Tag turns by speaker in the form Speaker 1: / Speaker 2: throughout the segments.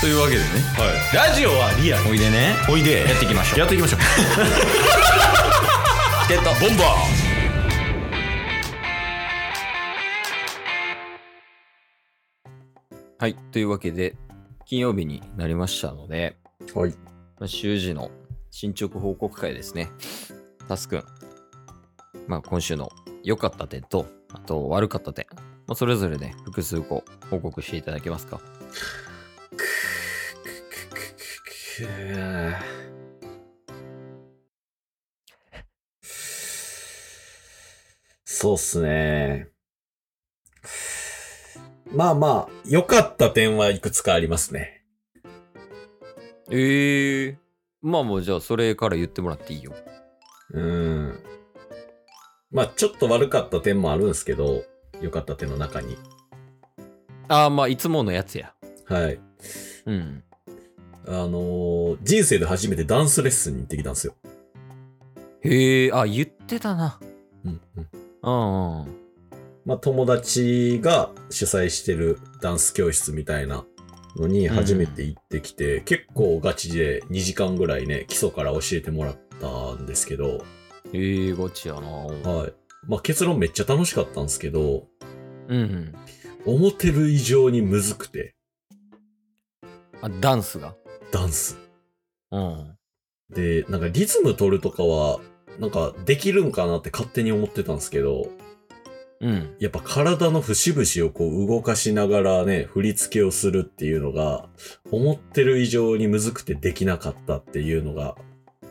Speaker 1: というわけでね
Speaker 2: ラジオはリアル
Speaker 1: おいでね
Speaker 2: おいで
Speaker 1: やっていきましょう
Speaker 2: やってい きましょう
Speaker 1: チケットボンバーはいというわけで金曜日になりましたので
Speaker 2: はい
Speaker 1: まあ、習字の進捗報告会ですね。タスくん。まあ、今週の良かった点と、あと悪かった点。まあ、それぞれね、複数個報告していただけますか。
Speaker 2: そうっすね。まあまあ、良かった点はいくつかありますね。
Speaker 1: ええまあもうじゃあ、それから言ってもらっていいよ。
Speaker 2: うん。まあ、ちょっと悪かった点もあるんですけど、良かった点の中に。
Speaker 1: ああ、まあ、いつものやつや。
Speaker 2: はい。
Speaker 1: うん。
Speaker 2: あのー人生で初めてダンスレッスンに行ってきたんですよ。
Speaker 1: へえ、あ、言ってたな。
Speaker 2: うんうん。
Speaker 1: うんうん。
Speaker 2: まあ、友達が主催してるダンス教室みたいなのに初めて行ってきて、結構ガチで2時間ぐらいね、基礎から教えてもらったんですけど、
Speaker 1: ええガチやな。うん
Speaker 2: はい。まあ、結論めっちゃ楽しかったんですけど、
Speaker 1: うん。
Speaker 2: 思ってる以上にむずくて、
Speaker 1: あ、ダンスが。
Speaker 2: ダンス。
Speaker 1: うん。
Speaker 2: で、なんかリズム取るとかは、なんかできるんかなって勝手に思ってたんですけど、
Speaker 1: うん。
Speaker 2: やっぱ体の節々をこう動かしながらね、振り付けをするっていうのが、思ってる以上にむずくてできなかったっていうのが、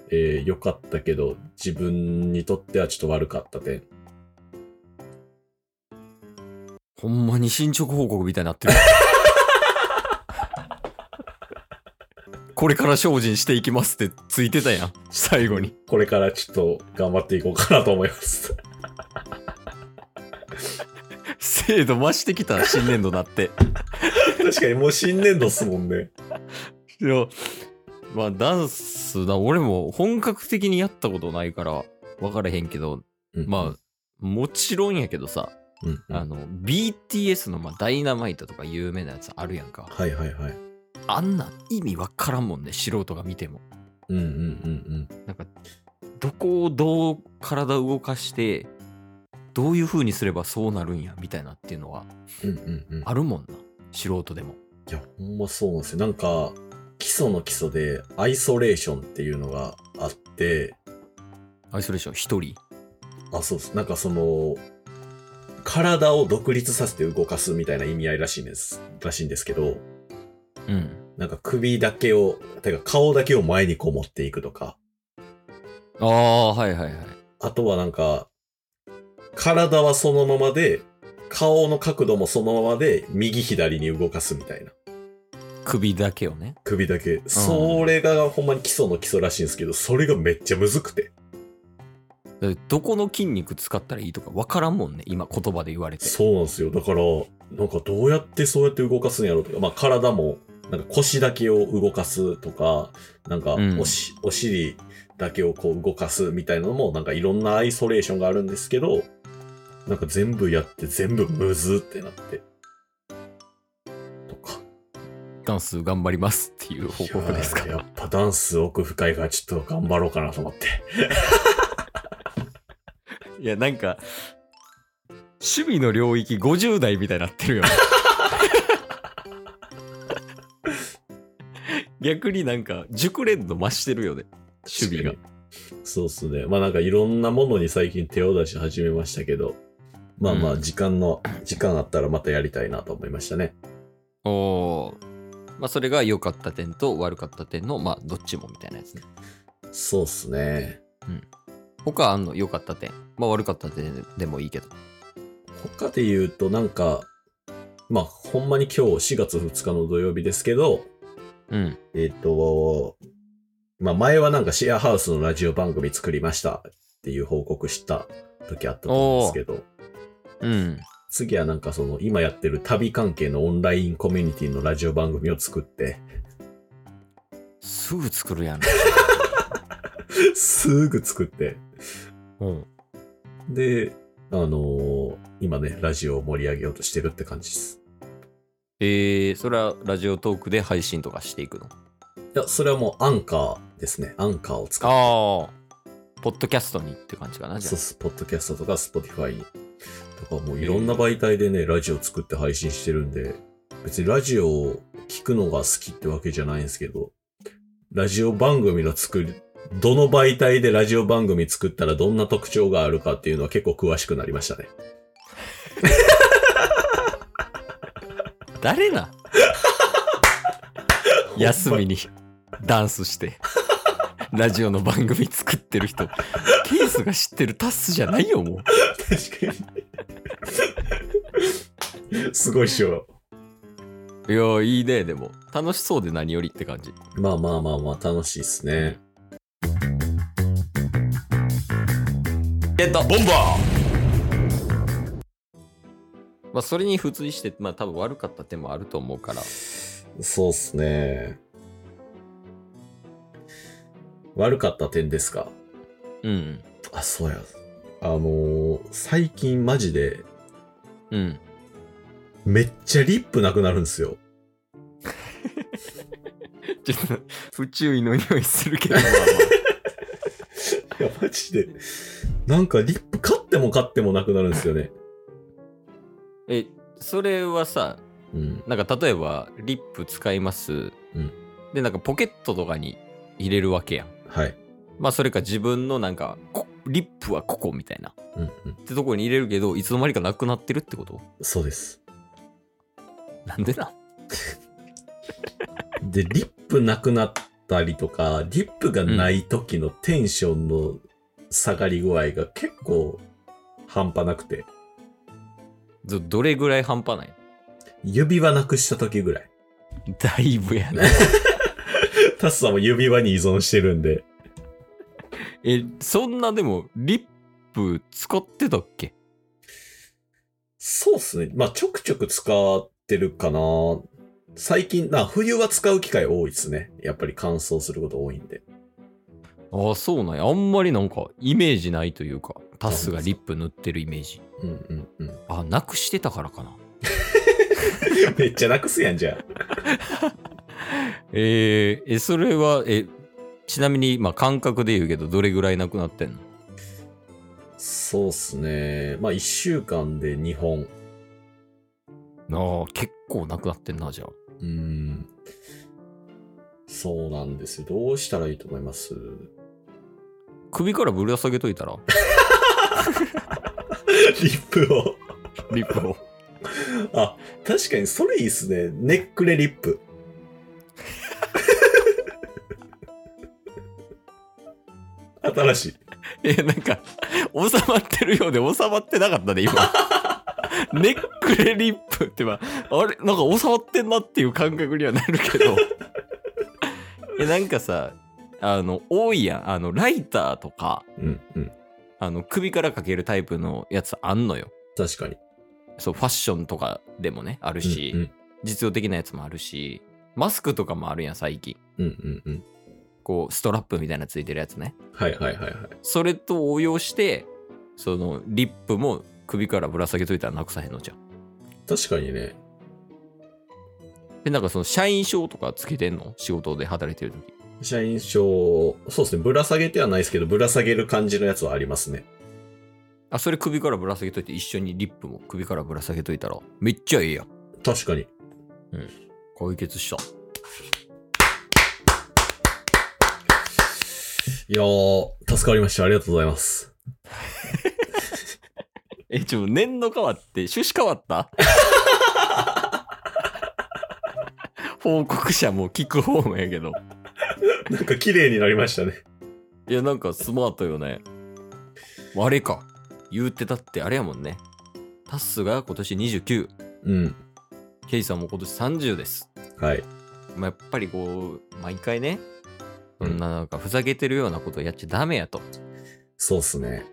Speaker 2: えー、良かったけど、自分にとってはちょっと悪かった点。
Speaker 1: ほんまに進捗報告みたいになってる。 これから精進していきますってついてたやん。最後に。
Speaker 2: これからちょっと頑張っていこうかなと思います。
Speaker 1: 精度増してきた、新年度なって。
Speaker 2: 確かにもう新年度っすもんね。
Speaker 1: いや、まあダンスだ、俺も本格的にやったことないから分からへんけど、まあ、もちろんやけどさ、
Speaker 2: うん、うん
Speaker 1: あの、BTS のまあダイナマイトとか有名なやつあるやんか。
Speaker 2: はいはいはい。
Speaker 1: あんなん意味分からんもんね、素人が見ても。
Speaker 2: うんうんうん
Speaker 1: なんかどこをどう体を動かしてどういう風にすればそうなるんやみたいなっていうのは
Speaker 2: うん。うんうんうん。
Speaker 1: あるもんな素人でも
Speaker 2: いや、ほんまそうなんですよ。なんか、基礎の基礎で、アイソレーションっていうのがあって、
Speaker 1: アイソレーション一人
Speaker 2: あ、そうです。なんかその、体を独立させて動かすみたいな意味合いらしいんです、らしいんですけど、
Speaker 1: うん
Speaker 2: なんか首だけを、てか顔だけを前にこう持っていくとか、
Speaker 1: ああはいはいはい
Speaker 2: あとはなんか、体はそのままで、顔の角度もそのままで、右左に動かすみたいな。
Speaker 1: 首だけをね
Speaker 2: 首だけ。それがほんまに基礎の基礎らしいんですけど、それがめっちゃむずくて。
Speaker 1: だってどこの筋肉使ったらいいとか分からんもんね今言葉で言われて
Speaker 2: そうなんですよ。だから、なんかどうやってそうやって動かすんやろうとか、まあ体も、なんか腰だけを動かすとか、なんか
Speaker 1: うん
Speaker 2: おし、お尻だけをこう動かすみたいなのも、なんかいろんなアイソレーションがあるんですけど、なんか全部やって全部むずってなって。とか。
Speaker 1: ダンス頑張りますっていう報告ですか
Speaker 2: いやーやっぱダンス奥深いからちょっと頑張ろうかなと思って。
Speaker 1: いやなんか趣味の領域50代みたいになってるよ ね逆になんか熟練度増してるよね趣味が
Speaker 2: 確かに。そうっすね。まあなんかいろんなものに最近手を出し始めましたけど、まあま
Speaker 1: う
Speaker 2: あ
Speaker 1: ん
Speaker 2: 時間の、時間あったらまたやりたいなと思いましたね。
Speaker 1: おおーまあそれが良かった点と悪かった点のまあどっちもみたいなやつね
Speaker 2: そうっすね。
Speaker 1: 他あんの良かった点まあ悪かった点でもいいけど
Speaker 2: 他で言うとなんか、まあほんまに今日4月2日の土曜日ですけど、
Speaker 1: うん
Speaker 2: えっ、と、まあ前はなんかシェアハウスのラジオ番組作りましたっていう報告した時あったと思うんですけど、
Speaker 1: うん
Speaker 2: 次はなんかその今やってる旅関係のオンラインコミュニティのラジオ番組を作って、
Speaker 1: すぐ作るやん、
Speaker 2: すぐ作って。
Speaker 1: うん、
Speaker 2: で、あのー今ね、ラジオを盛り上げようとしてるって感じです。
Speaker 1: えー、それはラジオトークで配信とかしていくの
Speaker 2: いや、それはもうアンカーですね。アンカーを使って。
Speaker 1: ああ、ポッドキャストにって感じかな、じゃ
Speaker 2: そうっす。ポッドキャストとか、スポティファイとか、もういろんな媒体でね、ラジオ作って配信してるんで、別にラジオを聞くのが好きってわけじゃないんですけど、ラジオ番組の作り、どの媒体でラジオ番組作ったらどんな特徴があるかっていうのは結構詳しくなりましたね。
Speaker 1: あ。誰な 休みにダンスして、ラジオの番組作ってる人、ケースが知ってるタスじゃないよ、もう。
Speaker 2: 確かに。す ごいっしょ。
Speaker 1: いやーいいねでも楽しそうで何よりって感じ
Speaker 2: まあまあまあまあ、楽しいっすね。
Speaker 1: ゲット
Speaker 2: ボンバ
Speaker 1: まあそれに付随してまあ多分悪かった点もあると思うから
Speaker 2: ーそうっすね。悪かった点ですか
Speaker 1: うん
Speaker 2: あ、そうや。あのー最近マジで、
Speaker 1: うん
Speaker 2: めっちゃリップなくなるんですよ。
Speaker 1: ちょっと 不注意の匂いするけどまあ
Speaker 2: いや、マジで。なんかリップ買っても買ってもなくなるんですよね。
Speaker 1: まあ えそれはさ
Speaker 2: うん。
Speaker 1: なんか例えばリップ使います、
Speaker 2: うん
Speaker 1: でなんかポケットとかに入れるわけやん
Speaker 2: はい。
Speaker 1: まあそれか自分のなんかこリップはここみたいな
Speaker 2: うんうん。
Speaker 1: ってとこに入れるけどいつの間にかなくなってるってこと
Speaker 2: そうです。
Speaker 1: なんでな
Speaker 2: で、リップなくなったりとか、リップがない時のテンションの下がり具合が結構半端なくて、
Speaker 1: どどれぐらい半端ない
Speaker 2: 指輪なくした時ぐらい。
Speaker 1: だいぶやな
Speaker 2: タスさんも指輪に依存してるんで。
Speaker 1: え、そんなでも、リップ使ってたっけ
Speaker 2: そうっすね。まあ、ちょくちょく使ってるかな。最近、な、冬は使う機会多いですね。やっぱり乾燥すること多いんで。
Speaker 1: ああ、そうなんや。あんまりなんか、イメージないというか、タスがリップ塗ってるイメージ。
Speaker 2: うんうんうん。
Speaker 1: あ、なくしてたからかな。
Speaker 2: めっちゃなくすやんじゃ
Speaker 1: えーえ、それは、え、ちなみに、まあ、感覚で言うけど、どれぐらいなくなってんの
Speaker 2: あ。そうっすね。まあ、一週間で2本。
Speaker 1: ああ、結構なくなってんな、じゃあ。
Speaker 2: うん。そうなんですよ。どうしたらいいと思います
Speaker 1: 首からぶら下げといたら、
Speaker 2: リップを。
Speaker 1: リップを。
Speaker 2: あ、確かにそれいいっすね。ネックレリッ プ。新しい。
Speaker 1: え、なんか、収まってるようで収まってなかった ね、今。ネックレリップってば、あれなんか収まってんなっていう感覚にはなるけど。え、なんかさ、あの、多いやん。あの、ライターとか、
Speaker 2: うんうん。
Speaker 1: あの、首からかけるタイプのやつあんのよ。
Speaker 2: 確かに。
Speaker 1: そう、ファッションとかでもね、あるし、
Speaker 2: うん
Speaker 1: 実用的なやつもあるし、マスクとかもあるやん、最近。
Speaker 2: うんうんうんうん。
Speaker 1: こう、ストラップみたいなついてるやつね。
Speaker 2: はいはいはいはい。
Speaker 1: それと応用して、そのリップも首からぶら下げといたらなくさへんのじゃん。
Speaker 2: 確かにね。
Speaker 1: で、なんかその社員証とかつけてんの仕事で働いてる時。
Speaker 2: 社員証、そうですね。ぶら下げてはないですけど、ぶら下げる感じのやつはありますね。
Speaker 1: あ、それ首からぶら下げといて一緒にリップも首からぶら下げといたらめっちゃええやん。
Speaker 2: 確かに。
Speaker 1: 解決した。
Speaker 2: いやー、助かりました。ありがとうございます。
Speaker 1: え、ちょ、年度変わって趣旨変わった 報告者も聞く方もやけど。
Speaker 2: なんか綺麗になりましたね。
Speaker 1: いや、なんかスマートよね。あれか。言うてたってあれやもんね。タッスが今年29。
Speaker 2: うん。
Speaker 1: ケイさんも今年30です。
Speaker 2: はい。
Speaker 1: まあ、やっぱりこう、毎回ね、
Speaker 2: う
Speaker 1: そ
Speaker 2: ん
Speaker 1: んななんかふざけてるようなことやっちゃダメやと。
Speaker 2: そうっすね。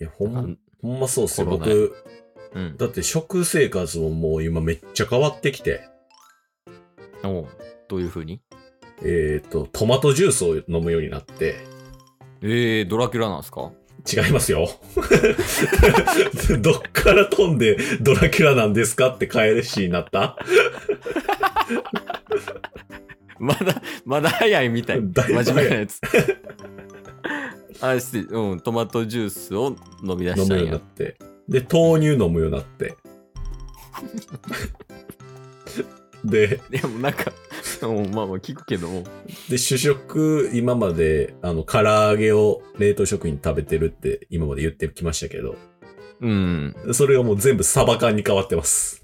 Speaker 2: いや、ほん
Speaker 1: あ
Speaker 2: ま、ほんまそうっすよ。
Speaker 1: コロナ
Speaker 2: 僕、
Speaker 1: うん。
Speaker 2: だって食生活ももう今めっちゃ変わってきて、
Speaker 1: おうどういう風に
Speaker 2: えっ、と、トマトジュースを飲むようになって、
Speaker 1: えー、ドラキュラなんすか
Speaker 2: 違 いますよ。どっから飛んでドラキュラなんですかって帰るしになった
Speaker 1: まだ、まだ早いみたい。
Speaker 2: だいぶ
Speaker 1: 真面目なやつ。 あして、うん、トマトジュースを飲み出
Speaker 2: 飲
Speaker 1: し
Speaker 2: む
Speaker 1: た
Speaker 2: ようんにな
Speaker 1: や
Speaker 2: っ。て。で、豆乳飲むように なって。で、
Speaker 1: でもなんか、うんまあまあ聞くけども。
Speaker 2: で、主食、今まで、あの、唐揚げを冷凍食品食べてるって今まで言ってきましたけど、
Speaker 1: うん。
Speaker 2: それがもう全部サバ缶に変わってます。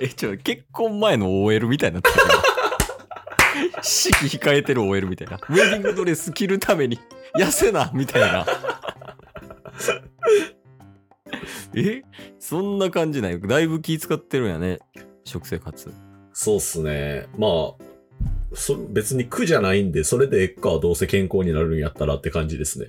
Speaker 1: え、ちょ、結婚前の OL みたいになってる。式控えてる OL みたいな。ウェディングドレス着るために痩せなみたいな。えそんな感じないだいぶ気使ってるんやね。食生活。
Speaker 2: そうっすね。まあ、そ別に苦じゃないんで、それでえっか、どうせ健康になるんやったらって感じですね。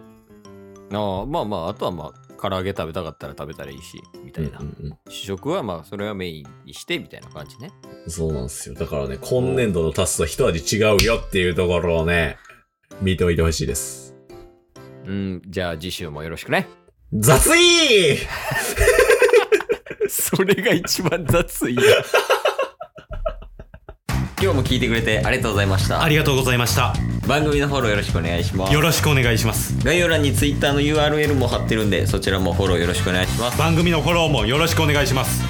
Speaker 1: ああまあまああとはまあ唐揚げ食べたかったら食べたらいいしみたいな、
Speaker 2: うんうんうん
Speaker 1: 主食はまあそれはメインにしてみたいな感じね
Speaker 2: そうなんですよ。だからね、今年度のタスは一味違うよっていうところをね、見ておいてほしいです。
Speaker 1: うんじゃあ次週もよろしくね
Speaker 2: 雑い
Speaker 1: それが一番雑い や今日も聞いてくれてありがとうございました
Speaker 3: ありがとうございました
Speaker 1: 番組のフォローよろしくお願いします
Speaker 3: よろしくお願いします
Speaker 1: 概要欄に Twitter の URL も貼ってるんでそちらもフォローよろしくお願いします
Speaker 3: 番組のフォローもよろしくお願いします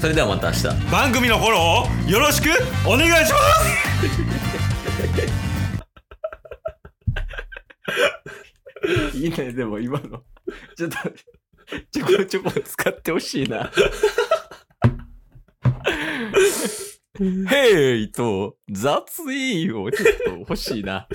Speaker 1: それではまた明日
Speaker 3: 番組のフォローをよろしくお願いします
Speaker 1: いいね、でも今の。ちょっと、ちょこちょこ使ってほしい な。へいと、雑いをちょっと欲しいな。